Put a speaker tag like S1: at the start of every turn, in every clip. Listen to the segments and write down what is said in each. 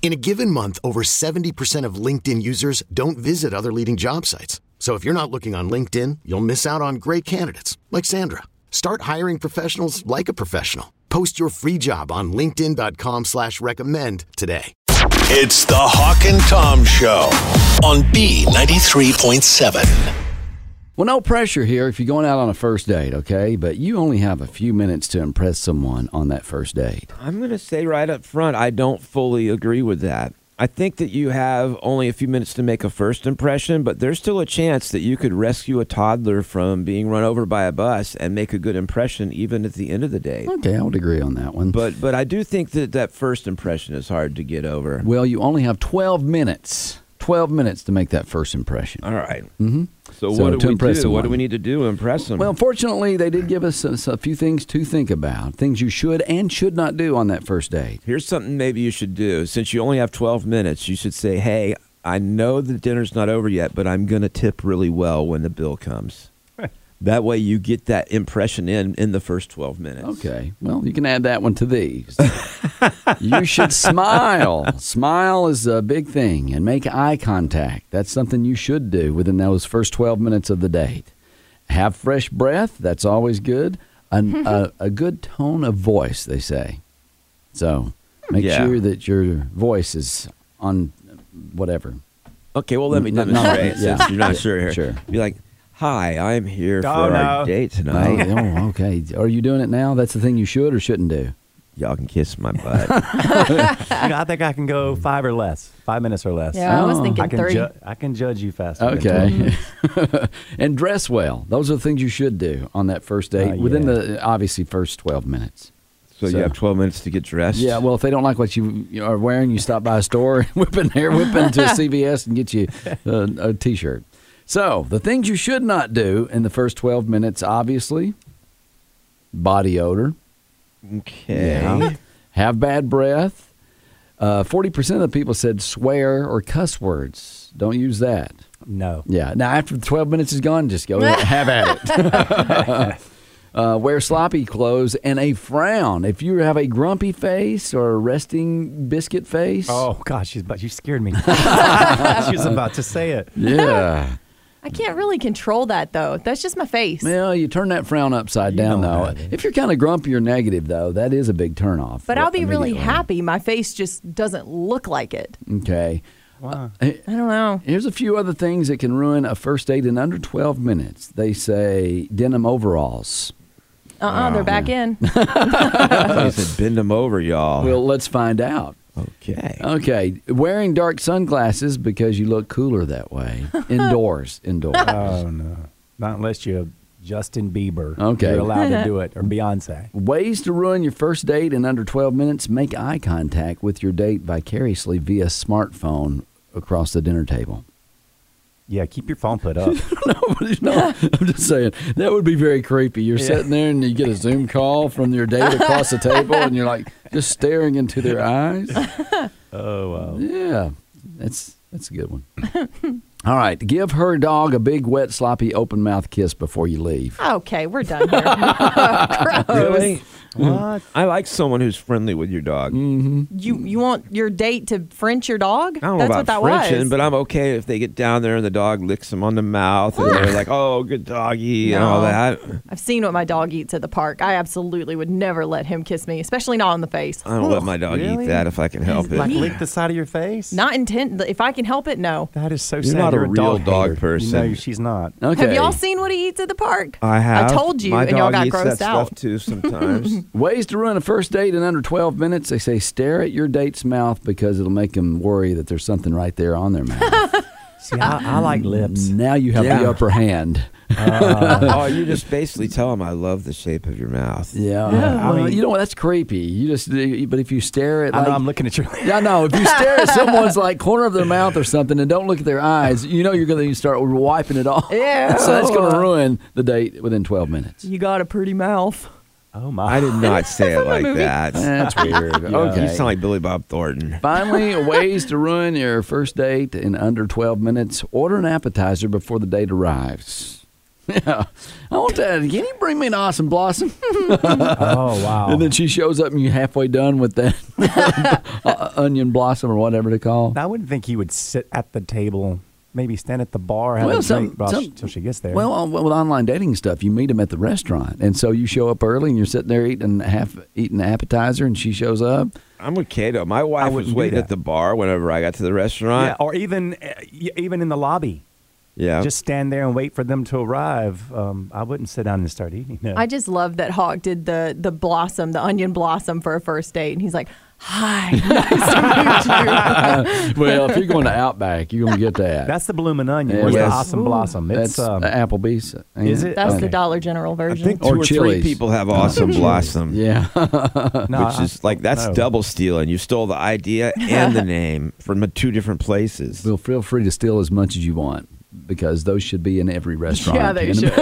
S1: In a given month, over 70% of LinkedIn users don't visit other leading job sites. So if you're not looking on LinkedIn, you'll miss out on great candidates like Sandra. Start hiring professionals like a professional. Post your free job on linkedin.com slash recommend today.
S2: It's the Hawk and Tom Show on B93.7.
S3: Well, no pressure here if you're going out on a first date, okay? But you only have a few minutes to impress someone on that first date.
S4: I'm going to say right up front, I don't fully agree with that. I think that you have only a few minutes to make a first impression, but there's still a chance that you could rescue a toddler from being run over by a bus and make a good impression even at the end of the day.
S3: Okay, I would agree on that one.
S4: But but I do think that that first impression is hard to get over.
S3: well, you only have 12 minutes. 12 minutes to make that first impression.
S4: All right.
S3: Mm-hmm.
S4: So,
S3: So
S4: what
S3: to
S4: do we do?
S3: impress
S4: What do
S3: someone.
S4: we need to do to impress them?
S3: Well, fortunately, they did give us a, a few things to think about, things you should and should not do on that first date.
S4: Here's something maybe you should do. Since you only have 12 minutes, you should say, "Hey, I know the dinner's not over yet, but I'm going to tip really well when the bill comes." that way you get that impression in in the first 12 minutes.
S3: Okay, well, you can add that one to these. you should smile. Smile is a big thing, and make eye contact. That's something you should do within those first 12 minutes of the date. Have fresh breath. That's always good. An, a, a good tone of voice, they say. So make
S4: Yeah.
S3: sure that your voice is on whatever.
S4: Okay, well let me
S3: No, no,
S4: demonstrate
S3: yeah.
S4: since you're not sure here.
S3: Sure.
S4: Be like, "Hi, I'm here for our date
S3: Oh,
S4: tonight.
S3: oh, okay. Are you doing it now? That's the thing you should or shouldn't do.
S4: Y'all can kiss my butt."
S5: you know, I think I can go five or less, five minutes or less.
S6: Yeah, I was
S3: Oh.
S6: thinking
S5: I can
S6: three.
S5: ju- I can judge you faster. than you.
S3: Okay. and dress well. Those are the things you should do on that first date
S5: Uh,
S3: within
S5: yeah.
S3: the obviously first 12 minutes.
S4: so, you
S3: So-
S4: have 12 minutes to get dressed.
S3: Yeah, well, if they don't like what you you are wearing, you stop by a store, whip in there, whip into a CVS, and get you a, a t shirt. So, the things you should not do in the first 12 minutes obviously, body odor,
S4: Okay.
S3: have bad breath. Uh, 40% of the people said swear or cuss words. Don't use that.
S5: No.
S3: Yeah. Now, after the 12 minutes is gone, just go have at it. uh, wear sloppy clothes and a frown. If you have a grumpy face or a resting biscuit face.
S5: Oh gosh, she's but you scared me. she was about to say it.
S3: Yeah.
S6: I can't really control that though. That's just my face.
S3: well, you turn that frown upside down,
S5: know
S3: though.
S5: how it is.
S3: If you're kind of grumpy or negative, though, that is a big turnoff.
S6: But I'll be really
S3: immediately.
S6: happy. My face just doesn't look like it.
S3: Okay.
S6: I don't know.
S3: Here's a few other things that can ruin a first date in under 12 minutes. They say denim overalls.
S6: Uh uh-uh, uh, they are
S4: Oh,
S6: back in.
S4: I thought you said bend them over, y'all.
S3: Well, Uh, let's find out.
S4: okay.
S3: Okay, wearing dark sunglasses because you look cooler that way. Indoors, indoors.
S5: Oh no. Not unless you're Justin Bieber.
S3: Okay.
S5: You're allowed to do it or Beyonce.
S3: Ways to ruin your first date in under 12 minutes make eye contact with your date vicariously via smartphone across the dinner table.
S5: Yeah, keep your phone put up.
S3: no, I'm just saying that would be very creepy. You're sitting there and you get a Zoom call from your date across the table and you're like just staring into their eyes.
S5: oh wow.
S3: Yeah, that's that's a good one. All right, give her dog a big, wet, sloppy, open mouth kiss before you leave.
S6: Okay, we're done here. Oh,
S4: Really? Hmm.
S5: What?
S4: I like someone who's friendly with your dog.
S6: you you want your date to French your dog?
S4: I don't know
S6: That's
S4: about
S6: what that
S4: Frenching,
S6: was.
S4: but I'm okay if they get down there and the dog licks them on the mouth and they're like, "Oh, good doggy" and all
S6: No.
S4: that.
S6: I've seen what my dog eats at the park. I absolutely would never let him kiss me, especially not on the face.
S4: I don't let my dog
S5: really?
S4: eat that if I can help it.
S5: Like lick the side of your face?
S6: Not intent. If I can help it, no.
S5: That is so
S4: You're
S5: sad.
S4: not a
S5: you're
S4: a
S5: a
S4: real
S5: dog,
S4: dog
S5: hater.
S4: person.
S5: You know she's not.
S3: Okay.
S6: Have y'all seen what he eats at the park?
S4: I have.
S6: I told you,
S4: My
S6: and
S4: dog
S6: y'all got
S4: eats
S6: grossed
S4: that
S6: out.
S4: Stuff too sometimes.
S3: Ways to ruin a first date in under 12 minutes. They say stare at your date's mouth because it'll make them worry that there's something right there on their mouth.
S5: See, I, I like lips. Uh,
S3: now you have
S4: Yeah.
S3: the upper hand.
S4: oh, you just basically tell him I love the shape of your mouth.
S3: Yeah.
S5: I
S3: Well,
S5: mean-
S3: you know what? That's creepy. You just, but if you stare at,
S5: I
S3: like,
S5: know I'm looking at your.
S3: Yeah, no. If you stare at someone's like corner of their mouth or something and don't look at their eyes, you know you're going to start wiping it off.
S6: Yeah.
S3: So that's going to ruin the date within 12 minutes.
S6: You got a pretty mouth.
S5: Oh
S4: I
S5: my!
S4: did not say it like that. Oh,
S3: That's weird.
S4: You
S3: Okay.
S4: sound like Billy Bob Thornton.
S3: Finally, ways to ruin your first date in under 12 minutes. Order an appetizer before the date arrives. Yeah. I want that. Can you bring me an awesome blossom?
S5: Oh wow!
S3: And then she shows up and you're halfway done with that uh, onion blossom or whatever to call.
S5: I wouldn't think he would sit at the table, maybe stand at the bar, have a drink while she- till she gets there.
S3: Well, on, with online dating stuff, you meet them at the restaurant, and so you show up early and you're sitting there eating half eating an appetizer, and she shows up.
S4: I'm with Kato. My wife was
S5: wouldn't do
S4: waiting at
S5: that.
S4: the bar whenever I got to the
S5: yeah,
S4: restaurant.
S5: or even uh, y- even in the lobby,
S4: Yeah.
S5: just stand there and wait for them to arrive. Um, I wouldn't sit down and start eating. No.
S6: I just love that Hawk did the the blossom, the onion blossom for a first date, and he's like, "Hi, nice to meet you."
S3: well, if you're going to Outback, you're gonna get that.
S5: That's the blooming onion.
S3: Yeah,
S5: Where's
S4: yes.
S5: the awesome blossom? It's
S3: That's uh,
S5: um,
S3: Applebee's. ain't
S5: is
S3: it?
S5: it?
S6: That's
S5: Okay.
S6: the Dollar General
S4: I
S6: version.
S4: think two
S3: Or
S4: or, three
S3: Chili's.
S4: people have awesome blossom.
S3: Yeah.
S5: No,
S4: Which
S3: Uh-huh.
S5: I-
S4: is like that's
S5: no.
S4: double stealing. You stole the idea and the name from two different places.
S3: well, feel free to steal as much as you want because those should be in every restaurant.
S6: Yeah, they
S3: In-
S6: should.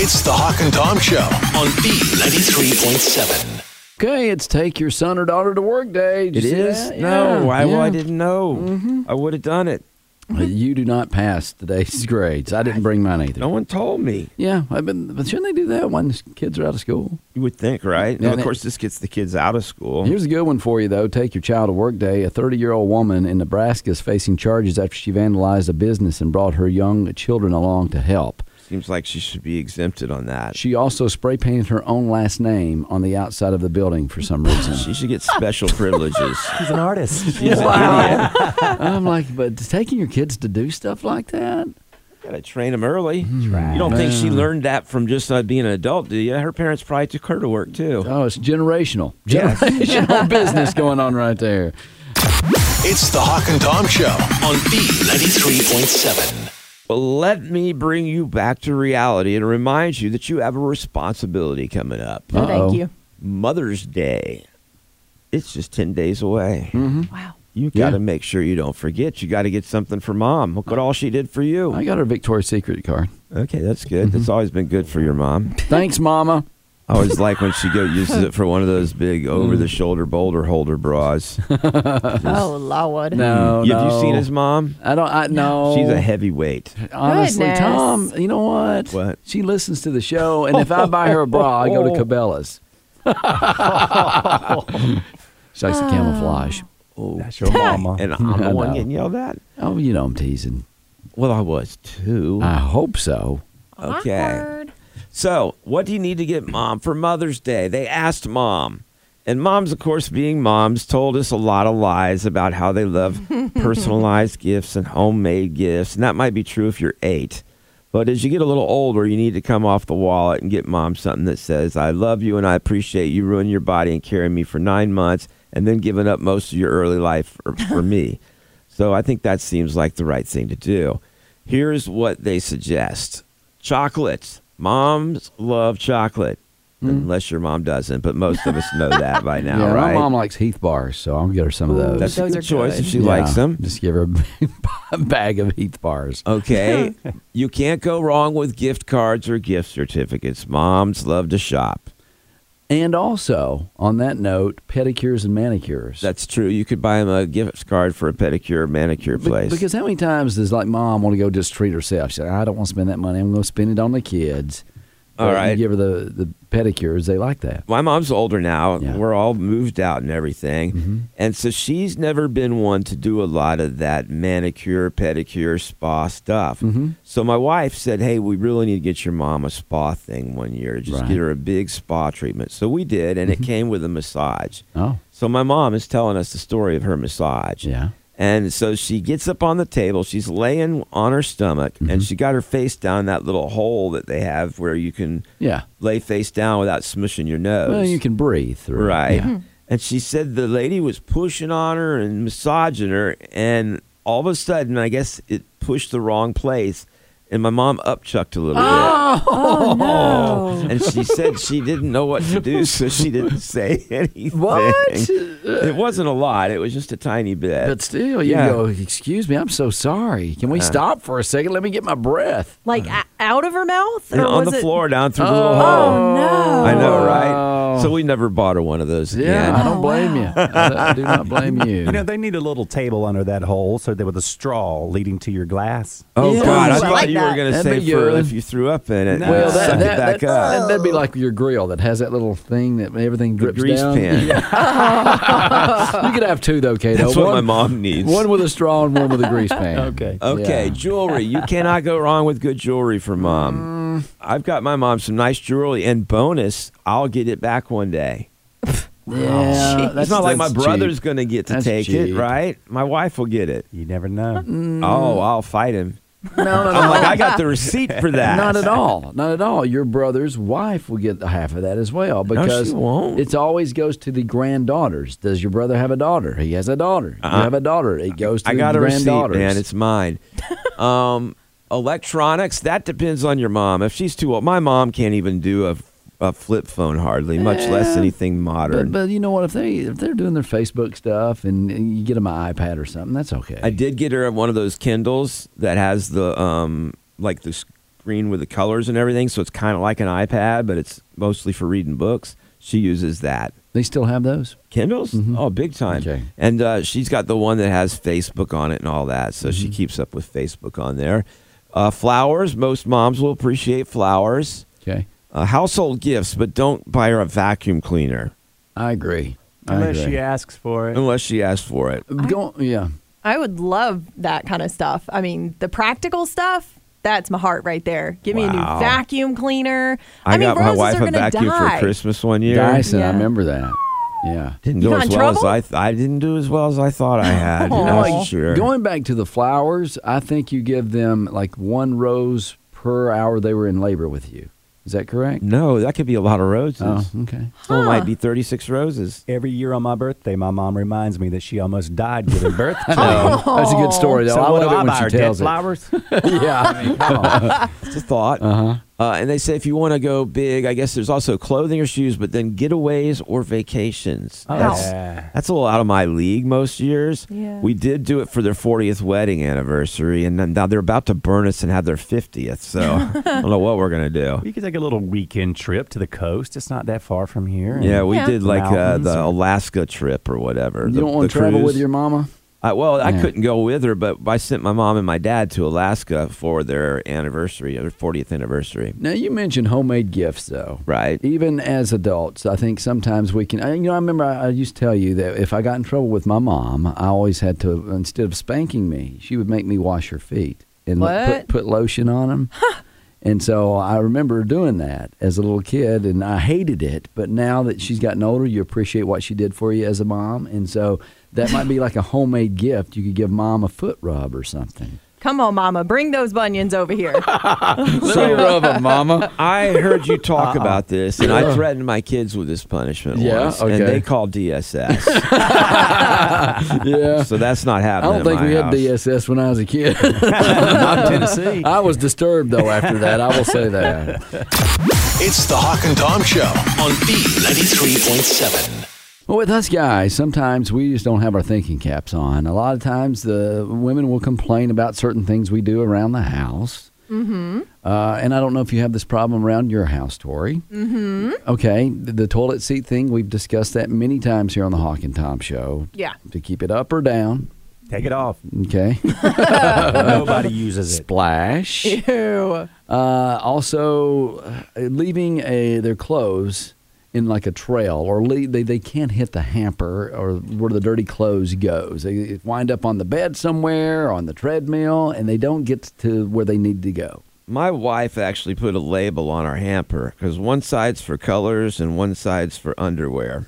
S2: It's the Hawk and Tom Show on B93.7.
S3: Okay, it's take your son or daughter to work day. Did
S4: It
S3: you see
S4: is?
S3: that? Yeah,
S4: No, I, well, I
S3: yeah. Mm-hmm.
S4: didn't know. I would have done it.
S3: You do not pass today's grades. I didn't bring mine either.
S4: No one told me.
S3: Yeah, I've been. But shouldn't they do that when kids are out of school?
S4: You would think, right?
S3: Yeah,
S4: and
S3: they-
S4: of course, this gets the kids out of school.
S3: Here's a good one for you, though. Take your child to work day. A 30 year old woman in Nebraska is facing charges after she vandalized a business and brought her young children along to help.
S4: Seems like she should be exempted on that. She,
S3: She also spray painted her own last name on the outside of the building for some reason.
S4: should get special privileges.
S5: He's an artist.
S4: She's wow.
S3: I'm like, but taking your kids to do stuff like that?
S4: Gotta train them early.
S3: Mm-hmm.
S4: You don't think she learned that from just uh, being an adult, do you? Her parents probably took her to work too.
S3: Oh, it's generational.
S4: Yes.
S3: Generational business going on right there.
S2: It's the Hawk and Tom Show on B93.7.
S4: Well, let me bring you back to reality and remind you that you have a responsibility coming up.
S6: No,
S3: Uh-oh.
S6: thank you.
S4: Mother's Day. It's just 10 days away.
S6: Wow.
S4: You
S3: Mm-hmm. Yeah.
S4: got to make sure you don't forget. You got to get something for mom. Look what all she did for you.
S3: I got Mm-hmm. her Victoria's Secret card.
S4: Okay, that's good. That's always been good for your mom.
S3: Thanks, Mama.
S4: I always like when she go uses it for one of those big
S3: Mm.
S4: over the shoulder boulder holder bras.
S6: Oh Lord.
S3: No,
S4: Have you
S3: Oh, no. Oh.
S4: seen his mom?
S3: I don't. I know.
S4: She's a heavyweight.
S3: Honestly,
S6: Goodness.
S3: Tom, you know what?
S4: What? Oh.
S3: She listens to the show, and if I buy her a bra, I go to Cabela's. she likes the camouflage.
S4: Ah.
S5: That's your mama.
S4: And I'm the
S3: I
S4: one
S3: know.
S4: getting yelled at?
S3: Oh, you know I'm teasing.
S4: Well, I was too.
S3: I hope so.
S4: Okay. So, what do you need to get mom for Mother's Day? They asked mom. And moms, of course, being moms, told us a lot of lies about how they love personalized gifts and homemade gifts. And that might be true if you're eight. But as you get a little older, you need to come off the wallet and get mom something that says, I love you and I appreciate you ruining your body and carrying me for nine months and then giving up most of your early life for, for me. So I think that seems like the right thing to do. Here's what they suggest chocolate. Moms love chocolate, unless your mom doesn't, but most of us know that by now,
S3: Hmm. yeah,
S4: right?
S3: my mom likes Heath bars, so I'll get her some of those.
S4: That's
S6: Those
S4: a
S6: are
S4: good choice
S6: good.
S4: if she
S3: Yeah,
S4: likes them.
S3: Just give her a big bag of Heath bars.
S4: Okay. you can't go wrong with gift cards or gift certificates. Moms love to shop.
S3: And also, on that note, pedicures and manicures.
S4: That's true. You could buy them a gift card for a pedicure, manicure
S3: Be-
S4: place.
S3: Because how many times does like mom want to go just treat herself? She's like, I don't want to spend that money. I'm going to spend it on the kids.
S4: All
S3: But you
S4: right.
S3: give her the, the pedicures. They like that.
S4: my mom's older now.
S3: Yeah. Mm-hmm.
S4: We're all moved out and everything. And so she's never been one to do a lot of that manicure, pedicure, spa stuff.
S3: Mm-hmm.
S4: So my wife said, Hey, we really need to get your mom a spa thing one year. Just
S3: Right. Mm-hmm.
S4: get her a big spa treatment. So we did, and it came with a massage.
S3: Oh,
S4: So my mom is telling us the story of her massage.
S3: yeah.
S4: And so she gets up on the table. She's laying on her stomach,
S3: Mm-hmm.
S4: and she got her face down that little hole that they have where you can
S3: Yeah.
S4: lay face down without smushing your nose.
S3: Well, you can breathe through. it.
S4: Right.
S3: Yeah.
S4: And she said the lady was pushing on her and massaging her, and all of a sudden, I guess it pushed the wrong place, and my mom upchucked a little
S6: Oh,
S4: bit.
S6: no.
S4: And she said she didn't know what to do, so she didn't say anything.
S3: What?
S4: It wasn't a lot. It was just a tiny bit.
S3: But still, you
S4: Yeah. Uh.
S3: go, excuse me, I'm so sorry. Can we stop for a second? Let me get my breath.
S6: Like a- out of her mouth?
S4: And
S6: Or
S4: on
S6: was
S4: the
S6: it-
S4: floor down through the
S3: Oh.
S4: little hole.
S6: Oh, no.
S4: I know,
S3: Wow.
S4: right? So we never bought her one of those
S3: Oh. Yeah,
S4: again.
S3: I don't blame you. I, I do not blame you.
S5: You know, they need a little table under that hole so there with a straw leading to your glass.
S4: Oh
S3: Yeah.
S4: God! I
S3: Ooh, I
S4: thought
S6: like
S4: you were
S6: that.
S4: going to
S3: That'd
S4: say
S3: be
S4: for
S3: good.
S4: if you threw up in it,
S5: No.
S4: and
S3: well,
S4: suck
S3: that,
S4: it back
S3: that, that,
S4: up.
S3: that'd be like your grill that has that little thing that everything
S4: The
S3: drips
S4: grease
S3: down.
S4: pan.
S3: you could have two though, Kato.
S4: That's
S3: one,
S4: what my mom needs.
S3: One with a straw and one with a grease pan.
S5: Okay.
S4: okay,
S3: Yeah.
S4: jewelry. You cannot go wrong with good jewelry for mom.
S3: Mm.
S4: I've got my mom some nice jewelry, and bonus, I'll get it back one day.
S3: Yeah, Uh, that's
S4: Oh, it's not like my
S3: that's
S4: brother's
S3: cheap.
S4: going to get to
S3: That's
S4: take it,
S3: cheap.
S4: right? My wife will get it.
S5: You never
S3: Mm,
S5: know.
S4: Oh, I'll fight him.
S3: No, no, no.
S4: I'm like, I got the receipt for that.
S3: Not at all. Not at all. Your brother's wife will get half of that as well
S4: she
S3: because
S4: won't.
S3: it always goes to the granddaughters. Does your brother have a daughter? He has a daughter. You have a daughter. It goes to
S4: Uh-huh. I
S3: the
S4: got a receipt,
S3: granddaughters.
S4: man. It's mine. um, electronics. That depends on your mom. If she's too old, my mom can't even do a, a flip phone hardly, much less anything modern.
S3: but, but you know what? If they if they're doing their Facebook stuff and, and you get them an iPad or something, that's okay.
S4: I did get her one of those Kindles that has the um like the screen with the colors and everything, so it's kind of like an iPad, but it's mostly for reading books. She uses that.
S3: they still have those.
S4: Kindles? Oh, big time.
S3: Okay.
S4: And uh, she's got the one that has Facebook on it and all that. So she keeps up with Facebook on there. Uh, flowers. Most moms will appreciate flowers.
S3: Okay,
S4: Uh, household gifts, but don't buy her a vacuum cleaner
S3: I agree. I
S5: Unless
S3: agree.
S5: she asks for it.
S4: unless she asks for it.
S3: Go- yeah.
S6: I would love that kind of stuff. I mean, the practical stuff, that's my heart right there. Give me a new
S4: Wow.
S6: vacuum cleaner.
S4: I,
S6: mean,
S4: got my
S6: roses
S4: wife
S6: are
S4: a
S6: going to
S4: vacuum
S6: die.
S4: for Christmas one year.
S3: Dyson, I
S6: Yeah.
S3: remember that. Yeah.
S4: Didn't
S6: You
S4: go
S6: got
S4: as
S6: in
S4: well as
S6: trouble?
S4: I. Th- I didn't do as well as I thought I had.
S6: You know
S4: That's
S6: what?
S4: sure.
S3: Going back to the flowers, I think you give them like one rose per hour they were in labor with you. Is that correct?
S4: no, that could be a lot of roses.
S3: Oh, okay.
S4: Well, it might be thirty-six roses.
S5: Every year on my birthday, my mom reminds me that she almost died giving birth to me.
S3: No, that's a good story though.
S5: Oh. So
S3: I
S5: what
S3: love
S5: do
S3: it when
S5: buy her,
S3: she
S5: dead
S3: tells it.
S5: flowers?
S3: yeah.
S4: It's a thought. Uh-huh. And they say if you want to go big, I guess there's also clothing or shoes, but then getaways or vacations.
S3: Uh.
S5: Oh,
S4: That's,
S5: yeah.
S4: that's a little out of my league most years.
S6: Yeah.
S4: We did do it for their 40th wedding anniversary, and then now they're about to burn us and have their 50th. So I don't know what we're going to do.
S5: We could take a little weekend trip to the coast. It's not that far from here.
S4: Yeah, we
S6: Yeah.
S4: did like uh,
S5: Mountains
S4: the
S5: or-
S4: Alaska trip or whatever.
S3: You
S4: the-
S3: don't want
S4: the
S3: to travel with
S4: cruise.
S3: your mama?
S4: I, well, I
S3: Yeah.
S4: couldn't go with her, but I sent my mom and my dad to Alaska for their anniversary, their 40th anniversary.
S3: Now you mentioned homemade gifts though.
S4: Right.
S3: Even as adults, I think sometimes we can. I- You know, I remember I, I used to tell you that if I got in trouble with my mom, I always had to instead of spanking me, she would make me wash her feet and lo-
S6: What?
S3: put put lotion on them. and so I remember doing that as a little kid, and I hated it. But now that she's gotten older, you appreciate what she did for you as a mom, and so that might be like a homemade gift. You could give mom a foot rub or something.
S6: Come on, Mama, bring those bunions over here.
S3: Let me rub them, mama.
S4: I heard you talk about this, and I threatened my kids with this punishment
S3: Yeah,
S4: once,
S3: okay.
S4: and they called DSS.
S3: Yeah.
S4: so that's not
S3: I
S4: happening.
S3: don't think
S4: at my
S3: we
S4: house.
S3: had DSS when I was a kid. Tennessee. I was disturbed though after that. I will say that.
S2: It's the Hawk and Tom Show on B93.7.
S3: Well, with us guys, sometimes we just don't have our thinking caps on. A lot of times, the women will complain about certain things we do around the house. Mm-hmm. Uh, and I don't know if you have this problem around your house, Tori. Mm-hmm. Okay, the, the toilet seat thing. We've discussed that many times here on the Hawk and Tom Show.
S6: Yeah.
S3: To keep it up or down.
S5: Take it off.
S3: Okay.
S5: Nobody uses it.
S3: Splash.
S6: Ew.
S3: Uh, also, uh, leaving a, their clothes in like a trail, or le- they, they can't hit the hamper or where the dirty clothes goes. They wind up on the bed somewhere, on the treadmill, and they don't get to where they need to go.
S4: My wife actually put a label on our hamper because one side's for colors and one side's for underwear.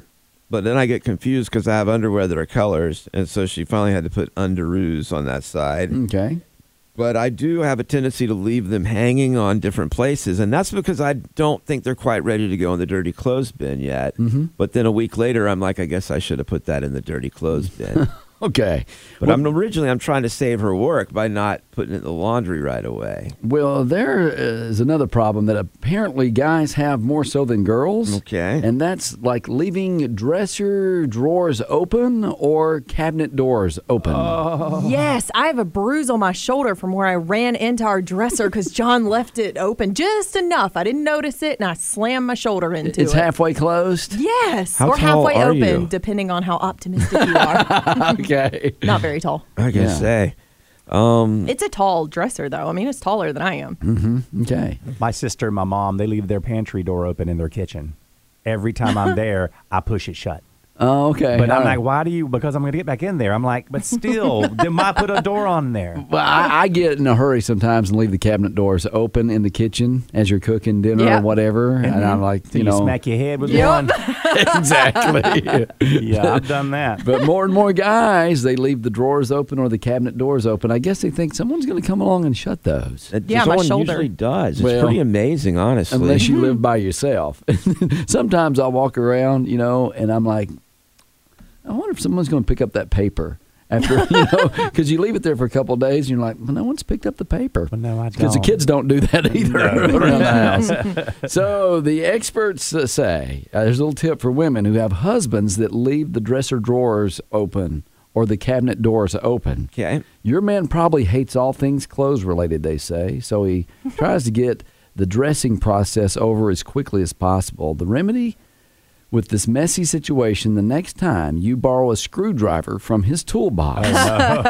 S4: But then I get confused because I have underwear that are colors, and so she finally had to put underoos on that side.
S3: Okay.
S4: But I do have a tendency to leave them hanging on different places, and that's because I don't think they're quite ready to go in the dirty clothes bin yet.
S3: Mm-hmm.
S4: But then a week later, I'm like, I guess I should have put that in the dirty clothes bin.
S3: Okay.
S4: But I'm originally I'm trying to save her work by not putting it in the laundry right away.
S3: Well, there is another problem that apparently guys have more so than girls.
S4: Okay.
S3: And that's like leaving dresser drawers open or cabinet doors open.
S6: Yes, I have a bruise on my shoulder from where I ran into our dresser because John left it open just enough. I didn't notice it, and I slammed my shoulder into
S3: it's
S6: it.
S3: halfway closed.
S6: Yes,
S4: How
S6: or
S4: tall
S6: halfway
S4: are
S6: open,
S4: you?
S6: depending on how optimistic you are.
S3: okay.
S6: Not very tall.
S4: I can
S3: Yeah.
S4: say.
S6: It's a tall dresser, though. I mean, it's taller than I am.
S4: Mm-hmm.
S3: Okay.
S5: My sister and my mom, they leave their pantry door open in their kitchen. Every time I'm there, I push it shut.
S3: Oh, okay.
S5: But
S3: All
S5: I'm
S3: right.
S5: like, why do you? Because I'm going to get back in there. I'm like, but still, then why put a door on there?
S3: Well, I, I get in a hurry sometimes and leave the cabinet doors open in the kitchen as you're cooking dinner
S6: Yeah.
S3: or whatever, and I'm like,
S5: So
S3: you
S5: you,
S3: know,
S5: smack your head with one.
S3: exactly.
S5: Yeah, I've done that.
S3: but more and more guys, they leave the drawers open or the cabinet doors open. I guess they think someone's going to come along and shut those.
S4: It-
S6: Yeah, my
S4: someone
S6: shoulder.
S4: usually does. It's
S3: Well,
S4: pretty amazing, honestly.
S3: Unless you live by yourself. Sometimes I walk around, you know, and I'm like, I wonder if someone's going to pick up that paper after, you know, because you leave it there for a couple of days and you're like, well, no one's picked up the paper.
S5: Well, no, I
S3: Because the
S5: don't.
S3: kids don't do that either around the house. so the experts uh, say uh, there's a little tip for women who have husbands that leave the dresser drawers open or the cabinet doors open.
S4: okay.
S3: Your man probably hates all things clothes related, they say, so he tries to get the dressing process over as quickly as possible. The remedy with this messy situation the next time you borrow a screwdriver from his toolbox,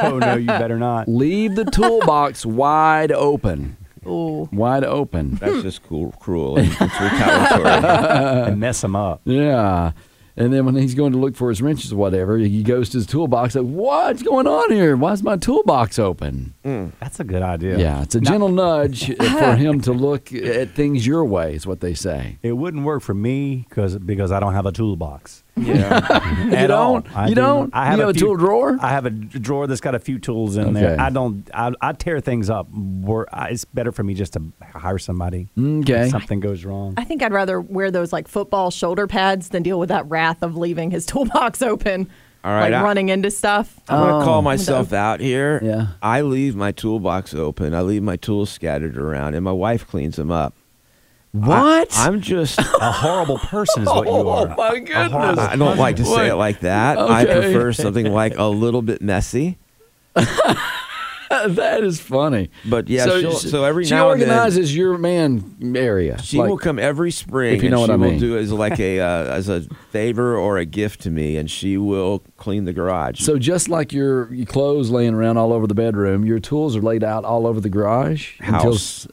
S5: Oh no, you better not.
S3: leave the toolbox wide open. Wide open.
S4: That's just cool, cruel, and it's retaliatory.
S3: Uh.
S5: And mess them up.
S3: Yeah. And then when he's going to look for his wrenches or whatever, he goes to his toolbox. Like, what's going on here? Why is my toolbox open?
S5: That's a good idea.
S3: Yeah, it's a gentle nudge for him to look at things your way, is what they say.
S5: It wouldn't work for me because because I don't have a toolbox.
S3: you
S5: At all.
S3: don't.
S5: I
S3: you
S5: do-
S3: don't.
S5: I have
S3: you have a,
S5: few-
S3: tool drawer.
S5: I have a drawer that's got a few tools in
S3: Okay.
S5: there. I don't. I, I tear things up. Where I, it's better for me just to hire somebody.
S3: Mm, Okay.
S5: If something goes wrong.
S6: I think I'd rather wear those like football shoulder pads than deal with that wrath of leaving his toolbox open.
S4: All right,
S6: Like
S4: I-
S6: running into stuff.
S4: I'm going to call myself out here.
S3: Oh. Yeah.
S4: I leave my toolbox open. I leave my tools scattered around, and my wife cleans them up.
S3: what?
S4: I, am just.
S5: A horrible person is what you are.
S3: Oh
S5: Uh-huh.
S3: my
S5: A horrible-
S4: I don't like to say it like that. I
S3: Okay.
S4: prefer something like a little bit messy.
S3: that is funny.
S4: But yeah, she'll-
S3: she-
S4: so every
S3: she
S4: now and then-
S3: organizes your man area.
S4: She
S3: Like,
S4: will come every spring.
S3: if you know what
S4: and she
S3: I mean.
S4: will do as like a uh, as a favor or a gift to me, and she will clean the garage.
S3: So just like your, your clothes laying around all over the bedroom, your tools are laid out all over the garage. until
S4: House.
S3: s-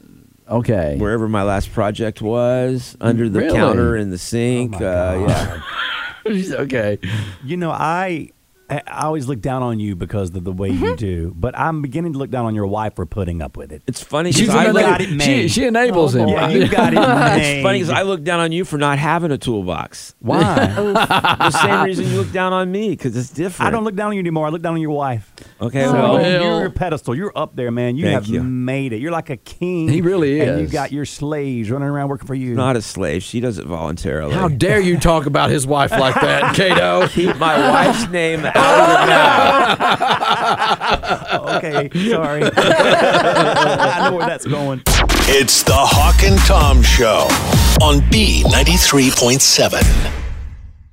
S3: okay.
S4: wherever my last project was, under the
S3: Really? Oh
S4: counter in the sink. uh, yeah.
S3: okay.
S5: You know, I I I always look down on you because of the way
S3: Mm-hmm.
S5: you do, but I'm beginning to look down on your wife for putting up with it.
S4: It's funny
S3: She's
S4: because I,
S5: another-
S4: look-
S5: got it
S3: she,
S5: made. Oh,
S3: she enables him.
S5: Yeah, you got it.
S4: it's funny
S5: made.
S4: 'cause I look down on you for not having a toolbox.
S3: Oh,
S5: Why?
S4: the same reason you look down on me because it's different.
S5: I don't look down on you anymore. I look down on your wife.
S4: Okay,
S5: So
S4: Oh. well,
S5: you're a pedestal. You're up there, man. You
S4: Thank
S5: have
S4: you.
S5: made it. You're like a king.
S3: He really
S5: And you
S3: is.
S5: got your slaves running around working for you.
S4: not a slave. She does it voluntarily.
S3: How dare you talk about his wife like that, Kato?
S4: Keep my wife's name out of your mouth.
S5: Oh, okay, sorry. I know where that's going.
S2: It's the Hawk and Tom Show on B93.7.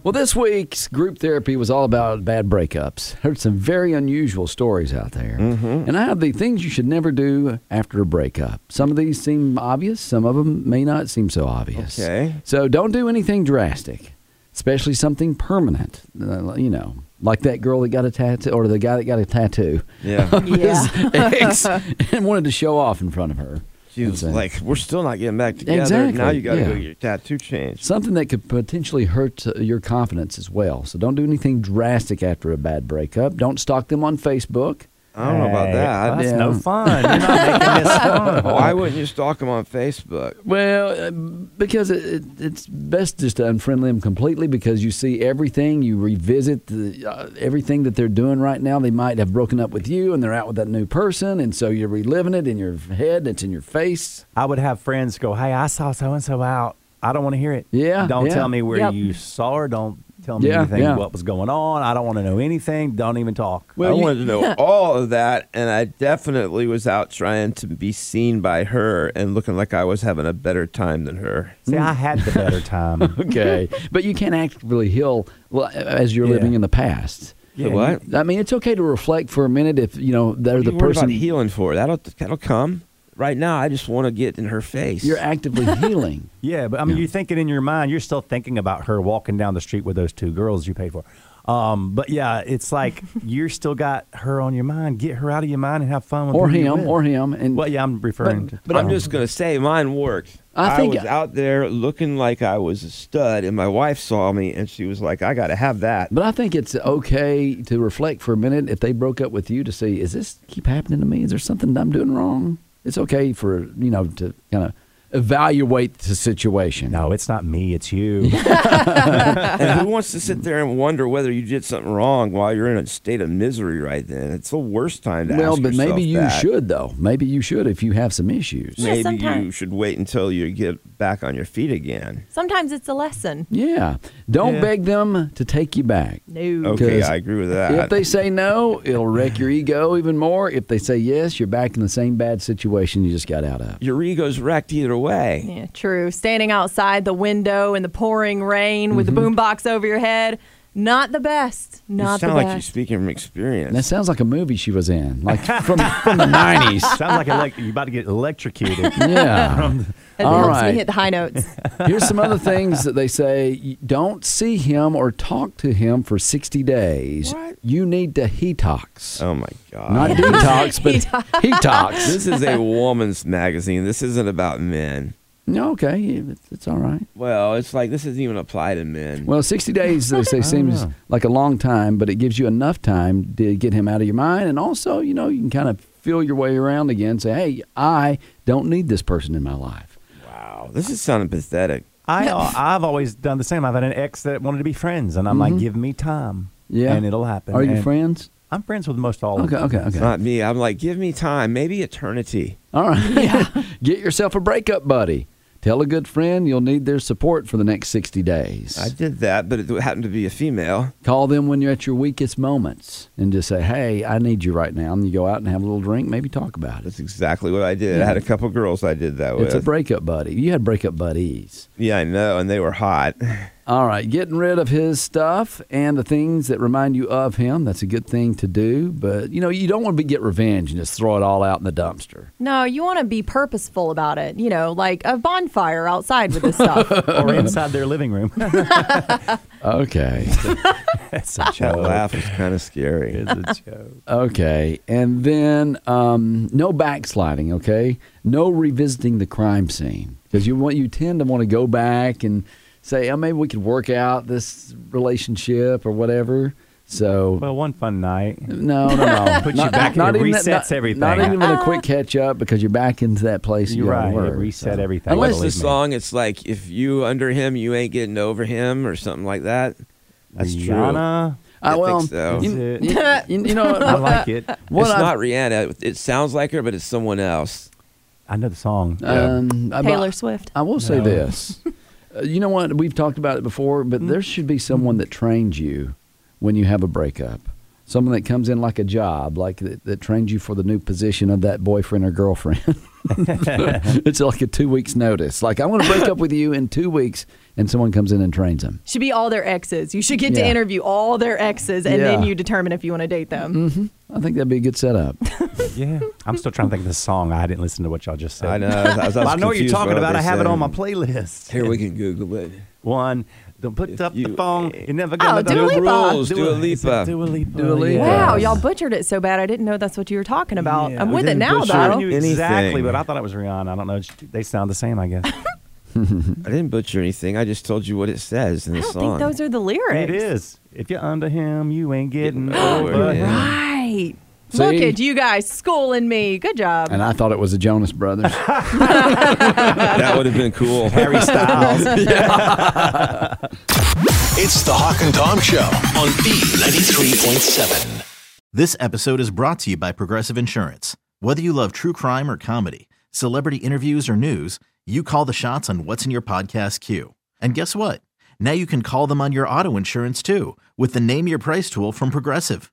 S3: Well, this week's group therapy was all about bad breakups. Heard some very unusual stories out there.
S4: Mm-hmm.
S3: And I have the things you should never do after a breakup. Some of these seem obvious, some of them may not seem so obvious.
S4: Okay.
S3: So don't do anything drastic, especially something permanent. Uh, you know, like that girl that got a tattoo or the guy that got a tattoo.
S4: Yeah.
S6: Yeah.
S3: His ex and wanted to show off in front of her.
S4: She was
S3: That's it.
S4: like, we're still not getting back together.
S3: Exactly,
S4: Now you got to
S3: yeah.
S4: go get your tattoo changed.
S3: something that could potentially hurt uh, your confidence as well. So don't do anything drastic after a bad breakup. Don't stalk them on Facebook.
S4: I don't know about that.
S5: That's
S3: Yeah.
S5: no fun. You're not making this fun.
S4: Why wouldn't you stalk him on Facebook?
S3: Well, uh, because it, it, it's best just to unfriendly them completely because you see everything, you revisit the, uh, everything that they're doing right now. They might have broken up with you and they're out with that new person, and so you're reliving it in your head, it's in your face.
S5: I would have friends go, "Hey, I saw so and so out. I don't want to hear it.
S3: Yeah,
S5: don't
S3: yeah.
S5: tell me where
S6: Yep.
S5: you saw her. Don't tell me
S3: Yeah,
S5: anything
S3: yeah.
S5: what was going on. I don't want to know anything. Don't even talk.
S3: Well,
S4: I
S3: you-
S4: wanted to know all of that, and I definitely was out trying to be seen by her and looking like I was having a better time than her.
S5: See, I had the better time.
S3: Okay. but you can't actively heal well, as you're
S5: Yeah.
S3: living in the past.
S4: Yeah, what?
S3: I mean, it's okay to reflect for a minute if, you know, they're
S4: What are
S3: the
S4: you worried
S3: person
S4: about healing for that'll that'll come. Right now, I just want to get in her face.
S3: you're actively healing.
S5: Yeah, but I mean, you think it in your mind. You're still thinking about her walking down the street with those two girls you paid for. Um, but yeah, it's like you're still got her on your mind. Get her out of your mind and have fun with
S3: Or
S5: who you're
S3: him,
S5: with.
S3: or him, and-
S5: well, yeah, I'm referring to.
S4: But I'm
S5: um,
S4: just gonna say mine worked.
S3: I think-
S4: was out there looking like I was a stud, and my wife saw me, and she was like, "I got to have that."
S3: But I think it's okay to reflect for a minute if they broke up with you to see, is this keep happening to me? Is there something I'm doing wrong? It's okay for, you know, to kind of evaluate the situation.
S5: No, it's not me. It's you.
S4: and who wants to sit there and wonder whether you did something wrong while you're in a state of misery right then? It's the worst time to
S3: Well,
S4: ask
S3: but maybe
S4: yourself
S3: you
S4: that.
S3: should, though. Maybe you should if you have some issues.
S6: Yeah,
S4: Maybe
S6: sometime-
S4: you should wait until you get back on your feet again.
S6: Sometimes it's a lesson.
S3: Yeah. Don't
S5: Yeah.
S3: beg them to take you back.
S6: No.
S4: Okay,
S3: 'Cause
S4: I agree with
S3: If
S4: that.
S3: they say no, it'll wreck your ego even more. If they say yes, you're back in the same bad situation you just got out of.
S4: your ego's wrecked either way.
S6: Yeah, true. Standing outside the window in the pouring rain with the boombox over your head, not the best.
S4: Mm-hmm. you
S6: Not the
S4: sound like you're
S6: best.
S4: speaking from experience.
S3: And that sounds like a movie she was in, like from, from the 90s.
S5: Sounds like elect- you're about to get electrocuted.
S3: Yeah.
S6: It
S3: All
S6: helps
S3: right.
S6: me hit the high notes.
S3: Here's some other things that they say don't see him or talk to him for 60 days.
S4: What?
S3: You need to detox.
S4: oh my god.
S3: Not detox, but
S6: Detox.
S3: detox.
S4: this is a woman's magazine. This isn't about men.
S3: No, okay. yeah, it's- It's all right.
S4: Well, it's like this doesn't even apply to men.
S3: Well, 60 days, they say, seems like a long time, but it gives you enough time to get him out of your mind. And also, you know, you can kind of feel your way around again. Say, hey, I don't need this person in my life.
S4: wow, this is sounding pathetic.
S5: I, uh, I've always done the same. I've had an ex that wanted to be friends, and I'm like, give me time.
S3: Mm-hmm. Yeah.
S5: And it'll happen.
S3: Are you
S5: And
S3: friends?
S5: I'm friends with most all of
S3: Okay,
S5: them.
S3: okay, okay.
S4: It's Not me. I'm like, give me time, maybe eternity.
S3: All right. Get yourself a breakup buddy. Tell a good friend you'll need their support for the next 60 days.
S4: I did that, but it happened to be a female.
S3: Call them when you're at your weakest moments and just say, hey, I need you right now. And you go out and have a little drink, maybe talk about it.
S4: That's exactly what I did. I had a couple girls I did
S5: Oh,
S4: that with.
S3: It's a breakup buddy. You had breakup buddies.
S4: yeah, I know, and they were hot.
S3: All right, getting rid of his stuff and the things that remind you of him. That's a good thing to do, but you know, you don't want to be, get revenge and just throw it all out in the dumpster.
S6: No, you want to be purposeful about it. You know, like a bonfire outside with this stuff.
S5: Or inside their living room.
S3: Okay.
S5: That's a
S4: That
S5: joke.
S4: laugh was kind of scary.
S5: It's a joke.
S3: Okay, and then um, no backsliding. Okay, no revisiting the crime scene because you want you tend to want to go back and say, oh, maybe we could work out this relationship or whatever. So
S5: Well, one fun night.
S3: no, no, no,
S5: Put you back and it
S3: even that-
S5: resets
S3: not-
S5: everything.
S3: Not even a quick catch up because you're back into that place. you
S5: You're right.
S3: already were.
S5: It reset
S3: So-
S5: everything.
S4: What's
S5: believe
S4: the
S5: me.
S4: song? It's like if you under him, you ain't getting over him, or something like that. That's true.
S5: Rihanna.
S3: Uh,
S4: I
S3: well,
S4: think so.
S3: You,
S5: That's
S3: you- you know,
S5: I like it.
S3: what
S4: it's
S3: I-
S4: not Rihanna. It sounds like her, but it's someone else.
S5: I know the song.
S4: Oh.
S3: um, I-
S6: Taylor Swift.
S3: I will say
S5: No.
S3: this. Uh, you know what? We've talked about it before, but there should be someone that trains you when you have a breakup. Someone that comes in like a job, like that, that trains you for the new position of that boyfriend or girlfriend. it's like a two weeks notice. Like I want to break up with you in two weeks, and someone comes in and trains them.
S6: Should be all their exes. You should get to
S3: Yeah.
S6: interview all their exes and then
S3: Yeah.
S6: you determine if you want to date them.
S4: Mm-hmm.
S3: I think that'd be a good setup.
S5: yeah. I'm still trying to think of the song. I didn't listen to what y'all just said.
S4: I know. I, was- I, was
S5: Well, I know what you're
S4: confused
S5: talking
S4: what
S5: about.
S4: they
S5: I have it on my
S4: said.
S5: playlist.
S4: Here we can Google it.
S5: One. Don't put up
S4: you-
S5: the phone. You're never
S6: Oh,
S5: gonna
S6: Dua Lipa.
S4: Rules.
S5: Dua-
S4: Dua
S5: is it
S4: Lipa.
S5: Dua Lipa.
S3: Dua Lipa.
S6: Wow,
S3: Yes.
S6: y'all butchered it so bad. I didn't know that's what you were talking about.
S5: Yeah.
S6: I'm
S5: We
S6: with it
S4: didn't
S6: now,
S4: butcher
S5: I
S6: though.
S5: knew
S4: Anything.
S5: exactly, but I thought it was Rihanna. I don't know. They sound the same, I guess.
S4: I didn't butcher anything. I just told you what it says in the
S6: I don't
S4: song.
S6: think those are the lyrics.
S5: it is. If you're under him, you ain't getting
S4: Getting over
S5: over
S4: him.
S5: him.
S6: Right. Look
S3: See?
S6: at you guys schooling me. Good job.
S3: And I thought it was the Jonas Brothers.
S4: that would have been cool.
S7: Harry Styles.
S8: It's the Hawk and Tom Show on B93.7.
S9: This episode is brought to you by Progressive Insurance. Whether you love true crime or comedy, celebrity interviews or news, you call the shots on what's in your podcast queue. And guess what? Now you can call them on your auto insurance too with the Name Your Price tool from Progressive.